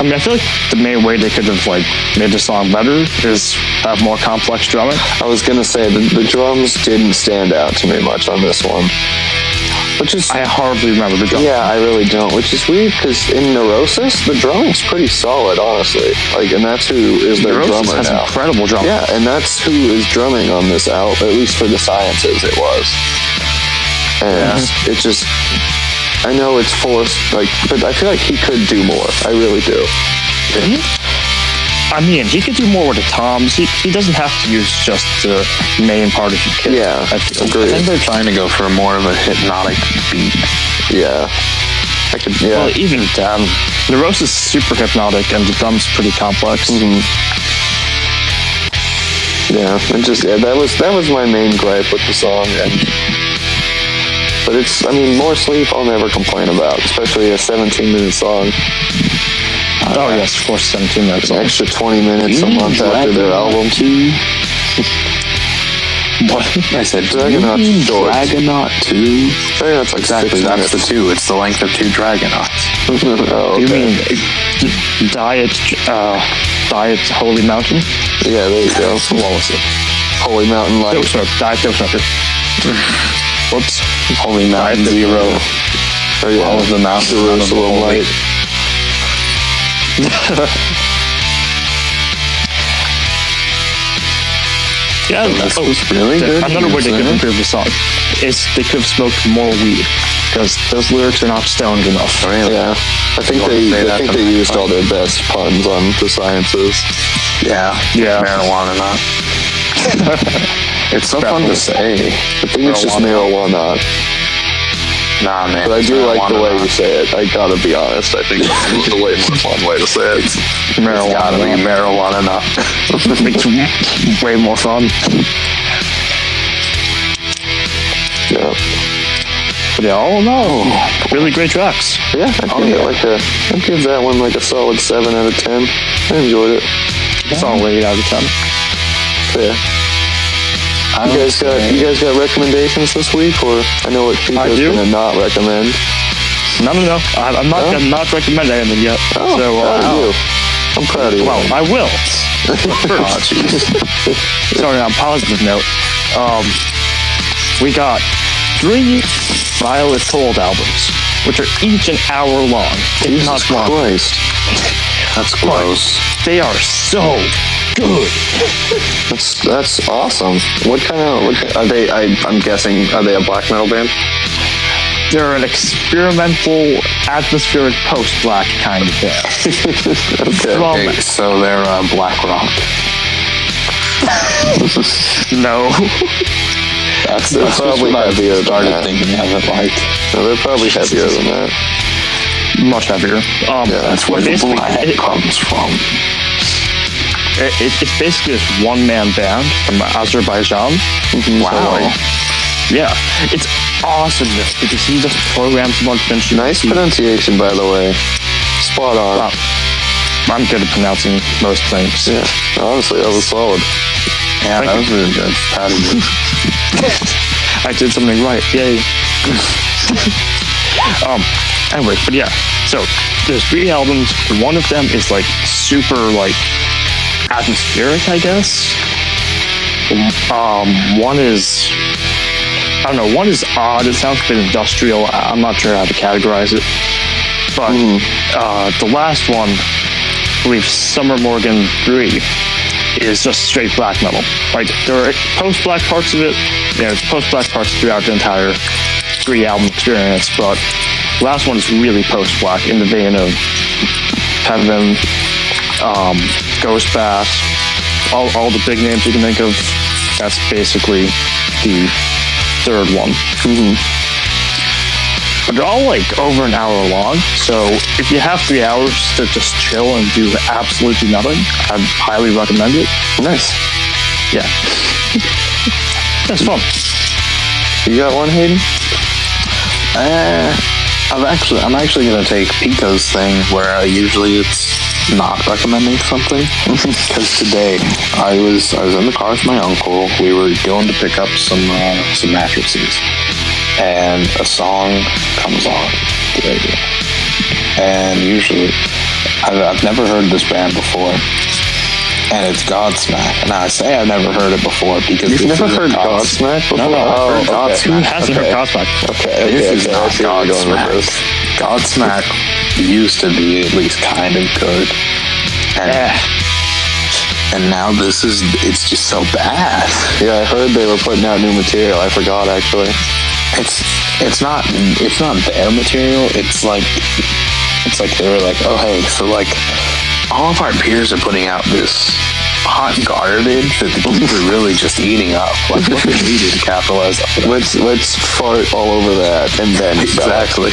Speaker 2: I mean, I feel like the main way they could have like made the song better is have more complex drumming.
Speaker 3: I was gonna say the, the drums didn't stand out to me much on this one, which is
Speaker 2: I hardly remember the drumming.
Speaker 3: yeah, I really don't. Which is weird because in Neurosis the drumming's pretty solid, honestly. Like, and that's who is their
Speaker 2: Neurosis
Speaker 3: drummer
Speaker 2: has
Speaker 3: now.
Speaker 2: incredible drumming.
Speaker 3: yeah, and that's who is drumming on this album, at least for the sciences it was. And
Speaker 2: Mm-hmm.
Speaker 3: it just, I know it's forced, like, but I feel like he could do more. I really do.
Speaker 2: I mean, he could do more with the toms. He, he doesn't have to use just the main part of the kit.
Speaker 3: Yeah,
Speaker 2: I
Speaker 1: I
Speaker 2: feel.
Speaker 1: think
Speaker 3: agreed.
Speaker 1: they're trying to go for more of a hypnotic beat.
Speaker 3: Yeah, I could. Yeah,
Speaker 2: Well, even um, Neurosis is super hypnotic and the drums pretty complex.
Speaker 3: Hmm. Yeah, and just yeah, that was that was my main gripe with the song. And, but it's, I mean, more sleep I'll never complain about, especially a 17-minute song.
Speaker 2: Oh yes, of course, 17 minutes.
Speaker 3: An extra 20 minutes a month after their album.
Speaker 1: Two. I said
Speaker 3: Dragonauts
Speaker 1: you mean
Speaker 3: short.
Speaker 1: Dragonaut two.
Speaker 3: Very much like
Speaker 1: Exactly,
Speaker 3: six
Speaker 1: that's the
Speaker 3: minutes.
Speaker 1: two. It's the length of two Dragonauts.
Speaker 3: oh, okay.
Speaker 2: You mean d- diet, uh, diet Holy Mountain?
Speaker 3: Yeah, there you go.
Speaker 2: What was it?
Speaker 3: Holy Mountain
Speaker 2: Dope
Speaker 3: Light.
Speaker 2: smoke. Diet dope smoker. Whoops.
Speaker 1: Holy Mountain
Speaker 2: Diet Dope
Speaker 1: Zero.
Speaker 2: Smoker.
Speaker 3: Or, Oh, yeah,
Speaker 1: All of the mountains under the whole
Speaker 3: Jerusalem Light.
Speaker 2: Yeah,
Speaker 1: This
Speaker 2: oh,
Speaker 1: was really
Speaker 2: the-
Speaker 1: good.
Speaker 2: Another way they could have improved the song is they could have smoked more weed because those lyrics are not stoned enough.
Speaker 1: Really?
Speaker 3: Yeah, I
Speaker 1: You
Speaker 3: think
Speaker 1: wanna say
Speaker 3: they, I
Speaker 1: that
Speaker 3: think
Speaker 1: to
Speaker 3: they
Speaker 1: me?
Speaker 3: used all their best puns on the sciences.
Speaker 1: Yeah.
Speaker 2: Yeah.
Speaker 1: Marijuana not.
Speaker 3: It's so fun to say. I think it's just marijuana.
Speaker 1: Nah, man.
Speaker 3: But I
Speaker 1: it's
Speaker 3: do like the
Speaker 1: marijuana
Speaker 3: way
Speaker 1: not.
Speaker 3: you say it. I gotta be honest. I think it's a way more fun way to say it.
Speaker 1: It's gotta be marijuana
Speaker 2: Marijuana
Speaker 1: not.
Speaker 2: makes way more fun.
Speaker 3: Yeah,
Speaker 2: But yeah, all in all, really great tracks.
Speaker 3: Oh, yeah. I give it like a. I give that one like a solid seven out of ten. I enjoyed it.
Speaker 2: It's all eight out of ten.
Speaker 3: Yeah. You guys got you guys got recommendations this week, or I know what Chico's
Speaker 2: do.
Speaker 3: gonna not recommend.
Speaker 2: No, no, no. I, I'm not.
Speaker 3: Huh?
Speaker 2: I'm not recommending anything yet.
Speaker 3: Oh,
Speaker 2: so,
Speaker 3: proud of
Speaker 2: uh,
Speaker 3: you. I'm proud of you.
Speaker 2: well, I will. First, sorry, on a positive note, um, we got three Violet Cold albums, which are each an hour long, if
Speaker 3: Jesus
Speaker 2: not long.
Speaker 3: Christ.
Speaker 1: That's gross.
Speaker 2: They are so good.
Speaker 3: That's that's awesome. What kind of what ki- are they? I, I'm guessing are they a black metal band?
Speaker 2: They're an experimental, atmospheric post-black kind of band.
Speaker 3: okay.
Speaker 2: From
Speaker 1: Okay, so they're uh, black rock.
Speaker 2: no,
Speaker 3: That's, that's probably
Speaker 1: what I
Speaker 3: heavier than
Speaker 1: started
Speaker 3: that.
Speaker 1: thinking of it like.
Speaker 3: No, they're probably heavier than that.
Speaker 2: much heavier. Um,
Speaker 3: Yeah,
Speaker 1: That's where
Speaker 2: it
Speaker 1: the
Speaker 2: basically-
Speaker 1: black
Speaker 2: it-
Speaker 1: comes from.
Speaker 2: it, it, it's basically this one man band from Azerbaijan.
Speaker 1: Wow.
Speaker 2: like- Yeah, it's awesomeness because he just programs a bunch of
Speaker 3: Nice
Speaker 2: instruments. He-
Speaker 3: pronunciation, by the way. Spot on.
Speaker 2: Wow. I'm good at pronouncing most things.
Speaker 3: Yeah, honestly, that was solid.
Speaker 1: yeah,
Speaker 2: Thank
Speaker 1: that was really good. Proud of you.
Speaker 2: I did something right. Yay. um, anyway, but yeah. So there's three albums. One of them is like super like atmospheric, I guess. Um, one is I don't know. One is odd. It sounds a bit industrial. I- I'm not sure how to categorize it. But uh, the last one, I believe Summer Morgan 3, is just straight black metal. Like, there are post black parts of it. There's post black parts throughout the entire three album experience. But the last one is really post black in the vein of Heaven, um, Ghost Bath, all, all the big names you can think of. That's basically the third one. But they're all like over an hour long. So if you have three hours to just chill and do absolutely nothing, I'd highly recommend it.
Speaker 3: Nice.
Speaker 2: Yeah. That's fun.
Speaker 3: You got one, Hayden?
Speaker 1: Uh, I've actually, I'm actually gonna take Pico's thing where uh, usually it's not recommending something. Because today I was I was in the car with my uncle. We were going to pick up some uh, some mattresses, and a song comes on the radio. And usually, I've, I've never heard this band before. And it's Godsmack, and I say I've never heard it before because
Speaker 3: You've
Speaker 1: this
Speaker 3: never
Speaker 1: isn't
Speaker 3: heard Godsmack before?
Speaker 1: No, no, I've
Speaker 3: Oh,
Speaker 1: heard
Speaker 3: okay.
Speaker 1: Godsmack.
Speaker 2: Who hasn't
Speaker 3: okay.
Speaker 2: heard Cosmic?
Speaker 3: Okay, okay,
Speaker 1: This is
Speaker 3: okay, I
Speaker 1: not
Speaker 3: see where you're going with
Speaker 1: Godsmack.
Speaker 3: this.
Speaker 1: Godsmack used to be at least kind of good. And,
Speaker 3: Eh.
Speaker 1: and now this is, it's just so bad.
Speaker 3: Yeah, I heard they were putting out new material. I forgot actually.
Speaker 1: It's, it's not, it's not their material. It's like, it's like they were like, oh, hey, so like all of our peers are putting out this hot garbage that the kids are really just eating up. Like, what can we do to capitalize on that?
Speaker 3: Let's let's fart all over that and then
Speaker 1: Exactly.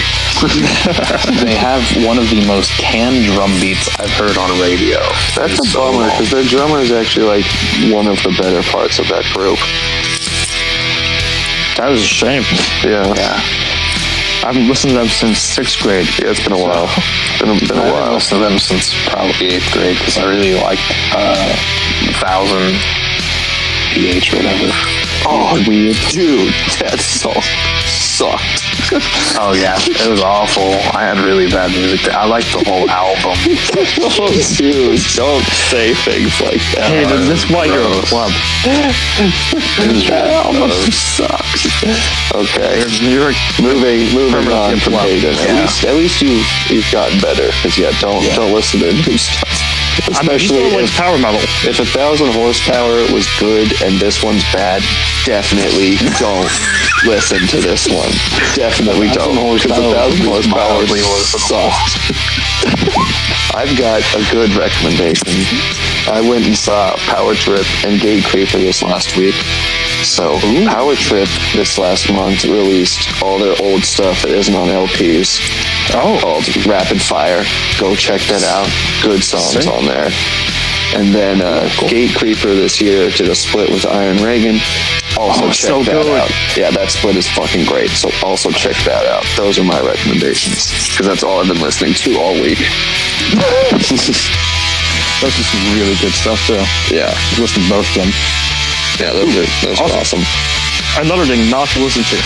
Speaker 1: they have one of the most canned drum beats I've heard on radio.
Speaker 3: That's
Speaker 1: It's
Speaker 3: a
Speaker 1: so
Speaker 3: bummer
Speaker 1: long.
Speaker 3: because their drummer is actually like one of the better parts of that group.
Speaker 2: That was a shame.
Speaker 3: Yeah, yeah,
Speaker 1: Yeah.
Speaker 2: I haven't listened to them since sixth grade.
Speaker 3: it's been a while. Been a, been a
Speaker 1: I've been
Speaker 3: while.
Speaker 1: listening to them since probably eighth grade because I really liked uh, Thousand PH or whatever.
Speaker 3: Oh,
Speaker 1: weird.
Speaker 3: dude, that song sucked.
Speaker 1: Oh yeah, it was awful. I had really bad music. I liked the whole album.
Speaker 3: oh, dude, don't say things like that.
Speaker 2: Hey, this- this white girl
Speaker 1: gross.
Speaker 2: club.
Speaker 1: It was really
Speaker 3: That
Speaker 1: gross.
Speaker 3: almost sucks. Okay,
Speaker 2: You're
Speaker 3: moving moving
Speaker 2: Permanent
Speaker 3: on from
Speaker 2: flip-flop.
Speaker 3: Hayden. At
Speaker 1: Yeah.
Speaker 3: least at least you you've gotten better. Because yeah, don't
Speaker 1: Yeah.
Speaker 3: don't listen to new stuff.
Speaker 2: I mean,
Speaker 3: Especially
Speaker 2: you like
Speaker 3: if,
Speaker 2: power metal.
Speaker 3: if a thousand horsepower was good and this one's bad, definitely don't listen to this one. Definitely don't. Because a thousand horsepower
Speaker 1: mildly listenable.
Speaker 3: sucked. I've got a good recommendation. I went and saw Power Trip and Gate Creeper this last week. So Power Trip this last month released all their old stuff that isn't on LPs. Oh. Called Rapid Fire. Go check that out. Good songs
Speaker 2: Sick.
Speaker 3: on there. And then uh, Gate Creeper this year did a split with Iron Reagan. Also
Speaker 2: Oh,
Speaker 3: check
Speaker 2: so
Speaker 3: that
Speaker 2: good.
Speaker 3: out. Yeah, that split is fucking great. So also check that out. Those are my recommendations because that's all I've been listening to all week.
Speaker 2: Those are some really good stuff too.
Speaker 3: Yeah,
Speaker 2: Listen to both of them.
Speaker 3: yeah, those are those are awesome.
Speaker 2: Another thing not to listen to.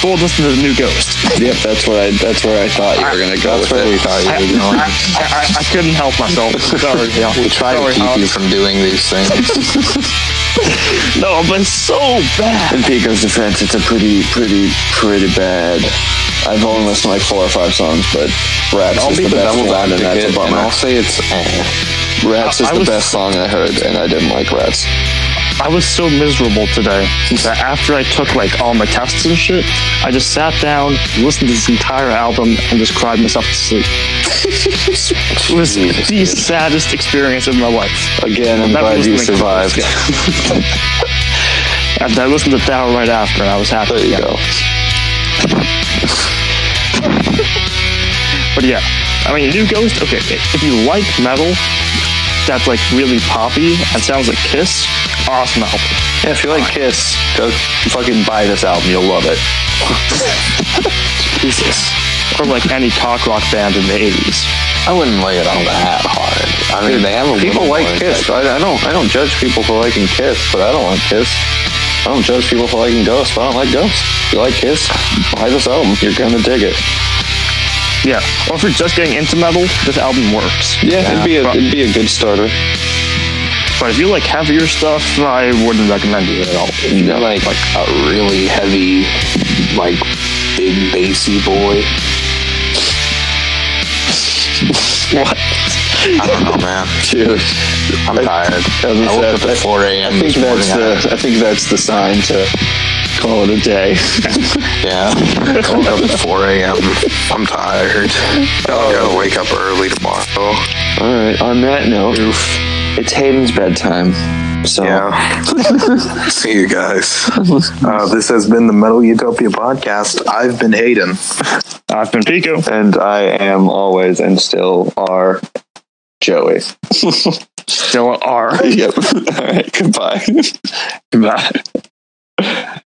Speaker 2: Go listen to the new Ghost.
Speaker 3: Yep, that's what I that's where I thought you were gonna go
Speaker 1: That's
Speaker 3: with
Speaker 1: where
Speaker 3: it.
Speaker 1: we thought
Speaker 2: I,
Speaker 1: you were going.
Speaker 2: I, I, I couldn't help myself. Sorry, yeah.
Speaker 1: We try
Speaker 2: Sorry,
Speaker 1: to keep
Speaker 2: Alex.
Speaker 1: you from doing these things.
Speaker 2: no, but it's so bad.
Speaker 4: In Pico's defense, it's a pretty, pretty, pretty bad. I've only listened to like four or five songs, but Rats
Speaker 3: I'll
Speaker 4: is
Speaker 3: be
Speaker 4: the
Speaker 3: the
Speaker 4: best
Speaker 3: devil's
Speaker 4: one, and that's a
Speaker 3: advocate,
Speaker 1: and
Speaker 4: bummer.
Speaker 1: I'll say it's eh.
Speaker 4: Rats
Speaker 2: I-
Speaker 4: is
Speaker 2: I
Speaker 4: the
Speaker 2: was-
Speaker 4: best song I heard, and I didn't like Rats.
Speaker 2: I was so miserable today that after I took like all my tests and shit, I just sat down, listened to this entire album, and just cried myself to sleep. it was the saddest experience of my life.
Speaker 4: Again, I'm
Speaker 2: That
Speaker 4: glad
Speaker 2: was
Speaker 4: you
Speaker 2: like-
Speaker 4: survived.
Speaker 2: And I listened to that right after, and I was happy.
Speaker 4: There you
Speaker 2: again.
Speaker 4: go.
Speaker 2: But yeah, I mean, New Ghost, okay, if you like metal that's like really poppy and sounds like Kiss, awesome album.
Speaker 3: Yeah, if you like Kiss, go fucking buy this album. You'll love it.
Speaker 2: Jesus. Or like any cock rock band in the 80s.
Speaker 1: I wouldn't lay it on that hard. I mean, they have a
Speaker 3: People
Speaker 1: little
Speaker 3: like
Speaker 1: more
Speaker 3: Kiss.
Speaker 1: impact.
Speaker 3: I, I don't. I don't judge people for liking Kiss, but I don't like Kiss. I don't judge people for liking Ghost. but I don't like Ghost. If you like Kiss? Buy this album. You're gonna dig it.
Speaker 2: Yeah. Or if you're just getting into metal, this album works.
Speaker 4: Yeah, it'd be a
Speaker 2: but-
Speaker 4: it'd be a good starter.
Speaker 2: But if you like heavier stuff, I wouldn't recommend it at all.
Speaker 1: If you like like a really heavy, like big bassy boy,
Speaker 2: What?
Speaker 1: I don't know, man.
Speaker 4: Dude,
Speaker 1: I'm
Speaker 4: I-
Speaker 1: tired. I
Speaker 4: was
Speaker 1: woke
Speaker 4: sad.
Speaker 1: up at 4 a.m.
Speaker 4: I think
Speaker 1: this morning.
Speaker 4: that's the I think that's the sign to call it a day.
Speaker 1: Yeah, I woke up at 4 a.m. I'm tired. I
Speaker 3: Oh.
Speaker 1: gotta wake up early tomorrow.
Speaker 4: All right. On that note, it's Hayden's bedtime. So
Speaker 1: Yeah. See you guys. Uh, this has been the Metal Utopia podcast. I've been Hayden.
Speaker 2: I've been Pico.
Speaker 4: and I am always and still are Joey.
Speaker 2: Still a R.
Speaker 4: yep. All right. Goodbye.
Speaker 2: Bye.